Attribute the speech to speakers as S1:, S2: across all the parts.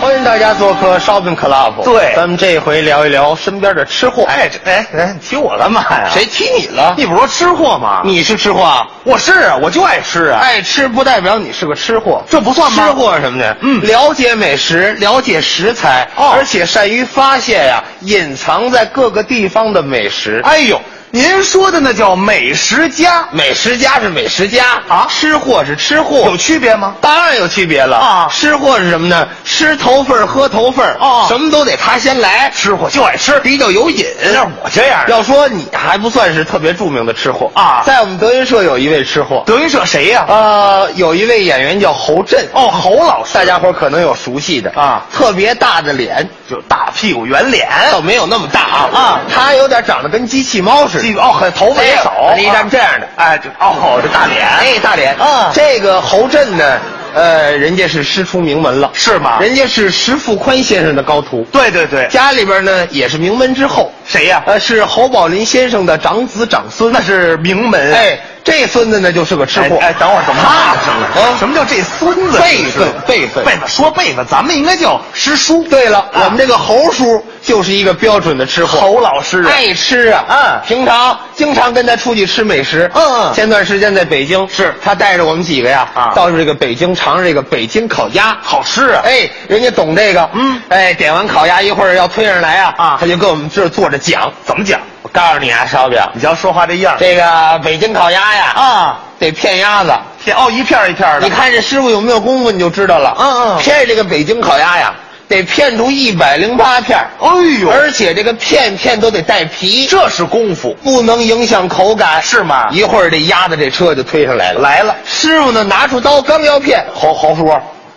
S1: 欢迎大家做客 Shopping Club。
S2: 对
S1: 咱们这回聊一聊身边的吃货。
S2: 哎，这哎哎，你提我干嘛呀？
S1: 谁？踢你了？
S2: 你不是说吃货吗？
S1: 你是吃货啊？
S2: 我是啊，我就爱吃啊。
S1: 爱吃不代表你是个吃货，
S2: 这不算吗
S1: 吃货是什么呢？
S2: 嗯
S1: 了解美食，了解食材，
S2: 哦
S1: 而且善于发现呀、隐藏在各个地方的美食。
S2: 哎呦，您说的那叫美食家，
S1: 美食家是美食家
S2: 啊
S1: 吃货是吃货，
S2: 有区别吗？
S1: 当然有区别了
S2: 啊
S1: 吃货是什么呢？吃头份儿喝头份儿
S2: 哦
S1: 什么都得他先来，
S2: 吃货就爱吃，
S1: 比较有瘾。
S2: 像我这样的
S1: 要说你还不算是特别著名的吃货
S2: 啊
S1: 在我们德云社有一位吃货，
S2: 德云社谁呀？
S1: 呃，有一位演员叫侯震，
S2: 哦，侯老师，
S1: 大家伙儿可能有熟悉的
S2: 啊
S1: 特别大的脸，
S2: 就大屁股圆脸，
S1: 倒没有那么大啊
S2: 啊
S1: 他有点长得跟机器猫似的，
S2: 这
S1: 哎
S2: 个哦，很头发也少，
S1: 你看这样的，
S2: 哎，就哦，这大脸，
S1: 哎，大脸
S2: 啊
S1: 这个侯震呢，呃，人家是师出名门了，
S2: 是吗？
S1: 人家是石富宽先生的高徒，
S2: 对对对，
S1: 家里边呢也是名门之后，
S2: 谁呀？
S1: 呃，是侯宝林先生的长子长孙，
S2: 那是名门，啊
S1: 哎，这孙子呢就是个吃货，
S2: 哎，哎等会儿怎么
S1: 啊
S2: 什么
S1: 啊
S2: 哦什么叫这孙子？
S1: 辈分辈分
S2: 辈分说辈分，咱们应该叫师叔。
S1: 对了，
S2: 啊
S1: 我们这个侯叔就是一个标准的吃货，
S2: 侯老师啊，
S1: 爱吃啊，
S2: 嗯
S1: 平常经常跟他出去吃美食，
S2: 嗯嗯
S1: 前段时间在北京，
S2: 是
S1: 他带着我们几个呀，
S2: 啊
S1: 到这个北京尝尝这个北京烤鸭，
S2: 好吃啊！
S1: 哎，人家懂这个，
S2: 嗯
S1: 哎，点完烤鸭一会儿要推上来啊，
S2: 啊
S1: 他就跟我们这儿坐着讲，
S2: 怎么讲？
S1: 我告诉你啊，烧饼，
S2: 你瞧说话这样儿
S1: 这个北京烤鸭呀，
S2: 啊，
S1: 得片鸭子，
S2: 片哦一片儿一片儿的，
S1: 你看这师傅有没有功夫你就知道了，
S2: 嗯嗯
S1: 片这个北京烤鸭呀，得片出一百零八片儿，
S2: 哎呦，
S1: 而且这个片片都得带皮，
S2: 这是功夫
S1: 不能影响口感，
S2: 是吗
S1: 一会儿这鸭子这车就推上来了。
S2: 来了，
S1: 师傅呢，拿出刀刚要片，侯侯叔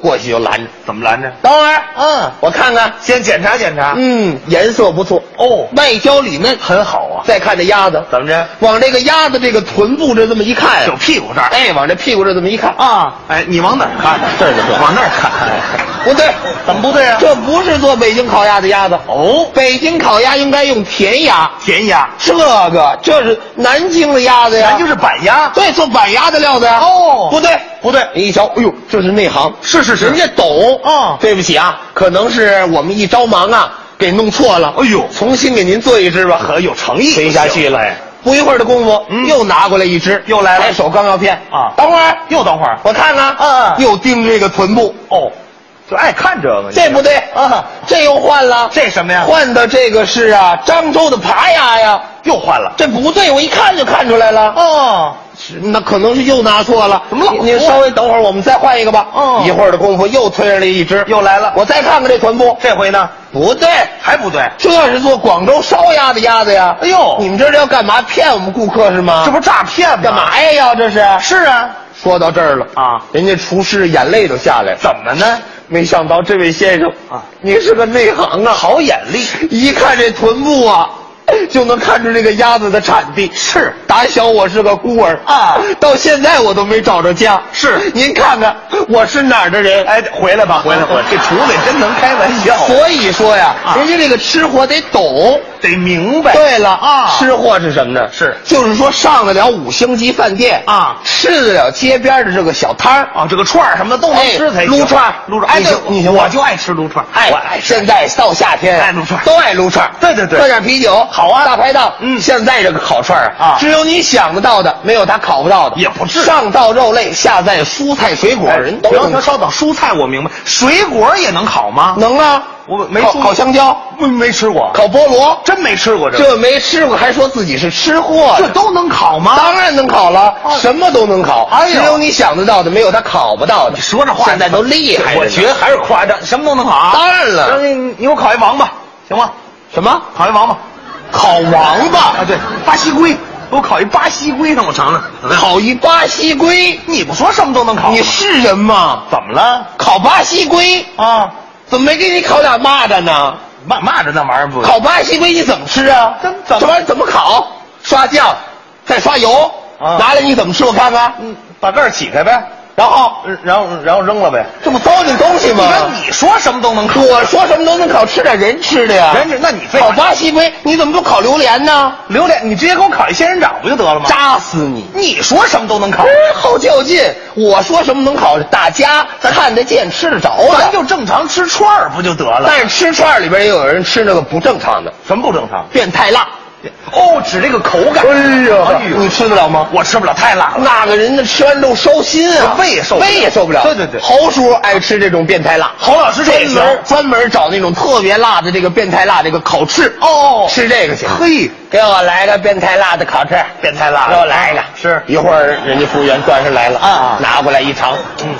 S1: 过去就拦着，
S2: 怎么拦着？
S1: 等会儿，
S2: 嗯
S1: 我看看，
S2: 先检查检查。
S1: 嗯，颜色不错，
S2: 哦，
S1: 外焦里嫩，
S2: 很好啊。
S1: 再看这鸭子，
S2: 怎么着？
S1: 往这个鸭子这个臀部这这么一看
S2: 就
S1: 呀，
S2: 屁股这儿。
S1: 哎，往这屁股这这么一看，
S2: 啊，哎，你往哪儿看？
S1: 这儿就哎对
S2: 往那儿看。
S1: 不对，
S2: 怎么不对啊
S1: 这不是做北京烤鸭的鸭子，
S2: 哦，
S1: 北京烤鸭应该用甜鸭，
S2: 甜鸭，
S1: 这个这是南京的鸭子呀，
S2: 咱就是板鸭。
S1: 对，做板鸭的料子呀。
S2: 哦
S1: 不对，
S2: 不对
S1: 你一瞧，哎呦，这是内行，
S2: 是是是
S1: 人家懂。
S2: 哦
S1: 对不起啊，可能是我们一着忙啊，给弄错了。
S2: 哎呦
S1: 重新给您做一只吧，
S2: 很有诚意
S1: 推下去了
S2: 哎。
S1: 不一会儿的功夫，
S2: 嗯
S1: 又拿过来一只，
S2: 又来了
S1: 抬手刚要片
S2: 啊
S1: 等会儿，
S2: 又等会儿。
S1: 我看看，
S2: 嗯嗯
S1: 又盯着这个臀部，
S2: 哦，就爱看这个。
S1: 这不对
S2: 啊，
S1: 这又换了，
S2: 这什么呀？
S1: 换的这个是啊，漳州的爬鸭呀，
S2: 又换了。
S1: 这不对，我一看就看出来了。
S2: 哦，
S1: 是那可能是又拿错了，
S2: 怎么老
S1: 您您
S2: 错
S1: 稍微等会儿，我们再换一个吧。
S2: 嗯
S1: 一会儿的功夫又推上来一只，
S2: 又来了。
S1: 我再看看这臀部，
S2: 这回呢
S1: 不对，
S2: 还不对。
S1: 这是做广州烧鸭的鸭子呀。
S2: 哎呦
S1: 你们这是要干嘛？骗我们顾客是吗？
S2: 这不是诈骗吗？
S1: 干嘛呀？要这是？
S2: 是啊。
S1: 说到这儿了
S2: 啊
S1: 人家厨师眼泪都下来了。
S2: 怎么呢？
S1: 没想到这位先生
S2: 啊，
S1: 您是个内行啊，
S2: 好眼力。
S1: 一看这臀部啊，就能看出这个鸭子的产地。
S2: 是
S1: 打小我是个孤儿
S2: 啊
S1: 到现在我都没找着家。
S2: 是
S1: 您看看我是哪儿的人？
S2: 哎，回来吧，回来，回来。这厨子真能开玩笑，
S1: 所以 说呀，
S2: 啊
S1: 人家这个吃货得懂。
S2: 得明白。
S1: 对了
S2: 啊，
S1: 吃货是什么呢？
S2: 是
S1: 就是说上得了五星级饭店
S2: 啊
S1: 吃得了街边的这个小摊儿
S2: 啊，这个串儿什么的都能吃才
S1: 哎
S2: 行。
S1: 撸串儿
S2: 撸串儿。
S1: 哎
S2: 哎，
S1: 对
S2: 对，
S1: 你行吗
S2: 我就爱吃撸串儿，
S1: 哎
S2: 我爱，吃。
S1: 现在到夏天啊
S2: 爱哎撸串儿
S1: 都爱撸串儿
S2: 对对对
S1: 喝点啤酒，
S2: 好啊
S1: 大排档，
S2: 嗯
S1: 现在这个烤串儿
S2: 啊
S1: 只有你想得到的，没有他烤不到的，
S2: 也不至于
S1: 上到肉类，下在蔬菜水果，
S2: 哎
S1: 人都
S2: 行
S1: 能
S2: 行，稍等，蔬菜我明白，水果也能烤吗？
S1: 能啊，
S2: 我没
S1: 烤
S2: 说过
S1: 烤香蕉，
S2: 没没吃过，
S1: 烤菠萝，
S2: 真没吃过这个
S1: 这没吃过还说自己是吃货，
S2: 这都能烤吗？
S1: 当然能烤了，
S2: 哦
S1: 什么都能烤，
S2: 哎呦
S1: 只有你想得到的，没有他烤不到的。
S2: 你说这话
S1: 现在都厉害着呢，
S2: 我觉得还是夸张，什么都能烤啊。
S1: 当然了
S2: 那你你给我烤一王八行吗？
S1: 什么
S2: 烤一王八
S1: 烤王
S2: 啊，
S1: 八，
S2: 对，巴西龟，给我烤一巴西龟让我尝尝。怎么样
S1: 烤一巴西龟，
S2: 你不说什么都能烤吗？
S1: 你是人吗？
S2: 怎么了？
S1: 烤巴西龟，
S2: 啊，
S1: 怎么没给你烤俩蚂蚱呢？
S2: 骂骂着那玩意儿不
S1: 烤巴西龟你怎么吃啊？
S2: 怎怎么
S1: 这玩意儿怎么烤？刷酱，再刷油，
S2: 啊
S1: 拿来你怎么吃？我看看。
S2: 嗯，把盖儿起开呗，然后然后然后扔了呗。
S1: 这不糟践东西
S2: 你
S1: 吗？
S2: 看你说什么都能烤。
S1: 我说什么都能烤，吃点人吃的呀。
S2: 人吃那你废话
S1: 啊烤巴西龟，你怎么不烤榴莲呢？
S2: 榴莲，你直接给我烤一仙人掌不就得了吗？
S1: 扎死你！
S2: 你说什么都能烤，
S1: 之后较劲，我说什么能烤，大家看得见、吃得着的。
S2: 咱就正常吃串儿不就得了？
S1: 但是吃串儿里边也有人吃那个不正常的，
S2: 什么不正常？
S1: 变态辣。
S2: 哦，指这个口感。哎呦
S1: 你吃得了吗？
S2: 我吃不了，太辣了。
S1: 那个人呢，吃完之后烧心啊，
S2: 胃也受不了
S1: 胃也受不了。
S2: 对对对
S1: 侯叔爱吃这种变态辣，
S2: 侯老师这
S1: 专
S2: 也行
S1: 门专门找那种特别辣的这个变态辣这个烤翅，
S2: 哦
S1: 吃这个去。
S2: 嘿，
S1: 给我来个变态辣的烤翅，
S2: 变态辣
S1: 给我来一个。
S2: 是
S1: 一会儿人家服务员端上来了
S2: 啊啊
S1: 拿过来一尝，
S2: 嗯，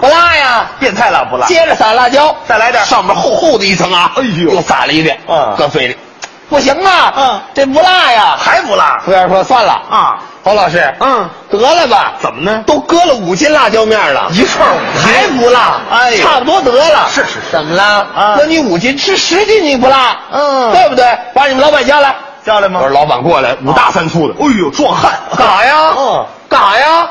S1: 不辣呀。
S2: 变态辣不辣？
S1: 接着撒辣椒，
S2: 再来点
S1: 上面厚厚的一层啊，
S2: 哎呦
S1: 又撒了一遍，
S2: 嗯
S1: 搁嘴里，不行啊，
S2: 嗯
S1: 这不辣呀。
S2: 还不辣
S1: 服务员说算了啊，
S2: 啊？
S1: 侯老师，
S2: 嗯，
S1: 得了吧，
S2: 怎么呢？
S1: 都搁了五斤辣椒面了，
S2: 一串五斤
S1: 还不辣？
S2: 哎呦
S1: 差不多得了。
S2: 是是是
S1: 怎么了？
S2: 啊
S1: 那你五斤吃十斤你不辣？
S2: 嗯
S1: 对不对？把你们老板叫来。
S2: 叫来
S1: 我
S2: 吗
S1: 说？老板过来，五大三粗的，
S2: 哎呦，壮 汉，
S1: 干啥呀？
S2: 嗯，
S1: 干啥呀？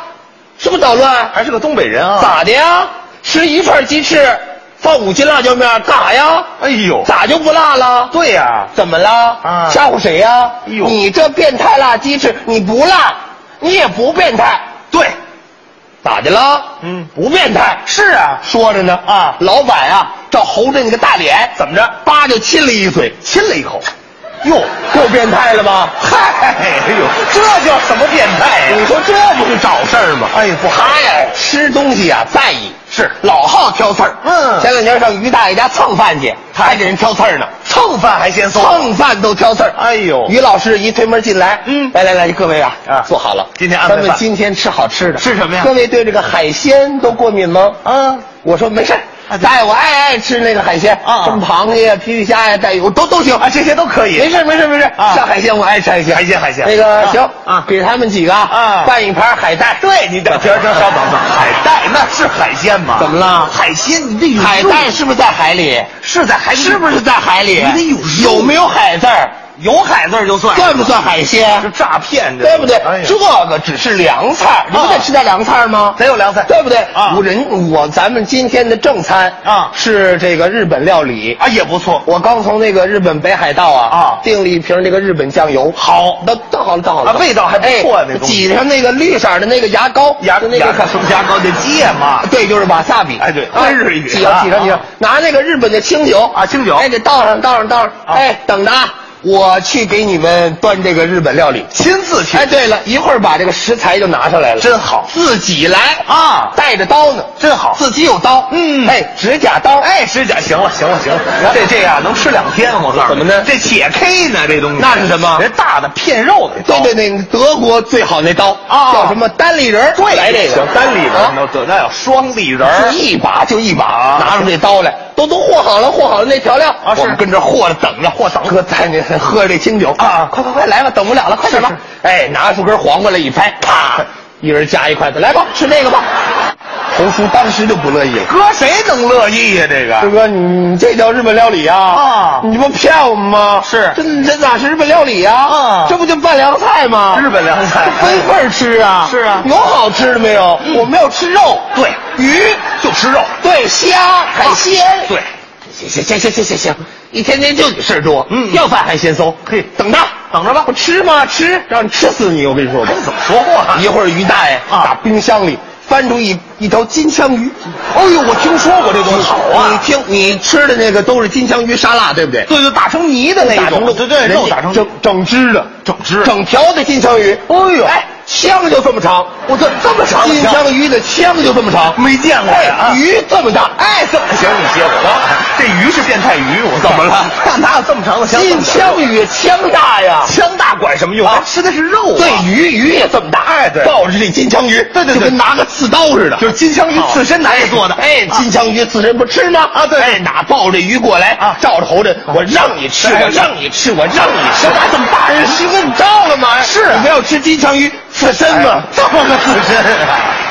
S1: 是不是捣乱？
S2: 还是个东北人啊？？
S1: 咋的呀？吃一串鸡翅，放五斤辣椒面，干啥呀？
S2: 哎呦，？
S1: 咋就不辣了？
S2: 对呀，
S1: 怎么了？
S2: 啊
S1: 吓唬谁呀？
S2: 哎呦
S1: 你这变态辣鸡翅，你不辣，你也不变态，
S2: 对，
S1: 咋的了？
S2: 嗯
S1: 不变态。
S2: 是啊，
S1: 说着呢，
S2: 啊
S1: 老板啊，照侯震那个大脸，
S2: 怎么着？
S1: 叭就亲了一嘴，
S2: 亲了一口，
S1: 哟，够变态了吧？
S2: 嗨，哎呦，这叫什么变态
S1: 你
S2: 呀？
S1: 说这不是找事儿吗？
S2: 哎呀不好
S1: 他呀，吃东西啊在意，
S2: 是
S1: 老好挑刺儿。
S2: 嗯
S1: 前两天上于大爷家蹭饭去，还给人挑刺儿呢，
S2: 蹭饭还嫌馊，
S1: 蹭饭都挑刺儿。
S2: 哎呦
S1: 于老师一推门进来，
S2: 嗯
S1: 来来来，各位啊，
S2: 啊
S1: 坐好了，
S2: 今天安排
S1: 咱们
S2: 饭
S1: 今天吃好吃的，
S2: 吃什么呀
S1: 各位对这个海鲜都过敏吗？
S2: 啊，
S1: 我说没事儿
S2: 啊对
S1: 大爷，我爱爱吃那个海鲜
S2: 啊啊
S1: 什么螃蟹呀、皮皮虾呀、带鱼都都行
S2: 啊，这些都可以。
S1: 没事儿没事儿没事儿，
S2: 啊
S1: 上海鲜我爱吃海鲜，
S2: 海鲜海鲜
S1: 那个
S2: 啊
S1: 行
S2: 啊
S1: 给他们几个
S2: 啊
S1: 拌一盘海带。
S2: 对你等，停停，稍等等，海带那是海鲜吗？
S1: 怎么了
S2: 海鲜，你得有
S1: 海带
S2: 肉
S1: 是不是在海里？
S2: 是在海里，
S1: 是不是在海里？
S2: 你得有肉
S1: 有没有海字儿？
S2: 有海字儿就算
S1: 算不算海
S2: 是
S1: 鲜？
S2: 诈骗，这
S1: 对不对
S2: 哎？呀啊
S1: 这个只是凉菜，你不得吃点凉菜吗？
S2: 得有凉菜，
S1: 对不对？
S2: 啊
S1: 我人我咱们今天的正餐
S2: 啊
S1: 是这个日本料理。
S2: 啊，也不错。
S1: 我刚从那个日本北海道啊
S2: 啊
S1: 订了一瓶这个日本酱油，
S2: 好
S1: 倒倒好了，倒好了，
S2: 啊味道还不错
S1: 哎
S2: 那东西
S1: 挤上那个绿色的那个牙膏，
S2: 牙
S1: 就那个
S2: 牙什么牙膏叫芥末
S1: 对，就是瓦萨比。
S2: 哎对
S1: 啊
S2: 日语
S1: 挤上
S2: 啊
S1: 挤上挤上
S2: 啊，
S1: 拿那个日本的清酒
S2: 啊清酒
S1: 哎，给倒上倒上倒上，
S2: 啊
S1: 哎，等着啊，我去给你们端这个日本料理。
S2: 亲自去
S1: 哎，，对了，一会儿把这个食材就拿上来了，
S2: 真好
S1: 自己来
S2: 啊
S1: 带着刀呢，
S2: 真好。
S1: 自己有刀，
S2: 嗯
S1: 哎，指甲刀，
S2: 哎，指甲行了，行了，行了，这这样能吃两天，我告诉你。
S1: 怎么呢
S2: 这且 K 呢，这东西
S1: 那是什么
S2: 人大的片肉的
S1: 对
S2: 刀，
S1: 对对，德国最好那刀
S2: 啊
S1: 叫什么单立人儿，
S2: 对，
S1: 来这个
S2: 行，单立人
S1: 啊
S2: 那得那要双立人
S1: 就
S2: 儿，
S1: 一把就一把
S2: 啊，
S1: 拿出这刀来，都都和好了，和好了那调料
S2: 啊是
S1: 我们跟这和着等着，和等哥在那喝着这清酒
S2: 啊
S1: 快快快来吧，等不了了，快点吧
S2: 是，
S1: 哎，拿出根黄瓜来一拍，啪，一人夹一筷子，来吧，吃这个吧。红叔当时就不乐意了，
S2: 搁谁能乐意呀？这
S1: 师
S2: 个
S1: 哥，你这叫日本料理啊？
S2: 啊
S1: 你不骗我们吗？
S2: 是
S1: 这这哪是日本料理啊？
S2: 啊
S1: 这不就拌凉菜吗？
S2: 日本凉菜
S1: 分份吃啊。
S2: 是啊
S1: 有好吃的没有？我没有吃肉，
S2: 对
S1: 鱼，
S2: 就吃肉，
S1: 对虾、海鲜，
S2: 对，
S1: 行行行行行行行，一天天就你事儿多，
S2: 嗯
S1: 要饭还嫌馊，
S2: 嘿
S1: 等着
S2: 等着吧
S1: 不吃吗？吃，让你吃死你！我跟你说吧，
S2: 怎么说话
S1: 一会儿于大爷
S2: 啊
S1: 打冰箱里翻出一一条金枪鱼，
S2: 哎呦，我听说过这东西，好
S1: 你
S2: 啊！
S1: 听，你吃的那个都是金枪鱼沙拉，对不对？
S2: 对对，打成泥的那
S1: 打
S2: 一
S1: 成
S2: 种，
S1: 肉，
S2: 对对，
S1: 人
S2: 肉
S1: 家
S2: 打成
S1: 整整只的，
S2: 整只
S1: 整条的金枪鱼。
S2: 哎呦
S1: 哎，枪就这么长，
S2: 我这这么长的
S1: 金枪鱼的枪就这么长，
S2: 没见过呀
S1: 哎，
S2: 啊
S1: 鱼这么大，哎，这么
S2: 行，你接我。这鱼是变态鱼，我
S1: 怎么了
S2: 那哪有这么长的箱子？
S1: 金枪鱼枪大呀，
S2: 枪大管什么用？
S1: 啊
S2: 咱吃的是肉啊。
S1: 对，鱼鱼也这么大，
S2: 哎对
S1: 抱着这金枪鱼，
S2: 对对对
S1: 就跟拿个刺刀似的，啊
S2: 就是金枪鱼刺身拿来做的。
S1: 哎，金枪鱼刺身不吃吗？啊，
S2: 对
S1: 哎，哪抱着鱼过来
S2: 啊
S1: 照着猴子，我让你吃，
S2: 哎
S1: 我让你吃，我让你吃，
S2: 哎怎么办
S1: 哎师哥，你照了吗？
S2: 是啊
S1: 你不要吃金枪鱼刺身嘛
S2: 哎，
S1: 照了刺身。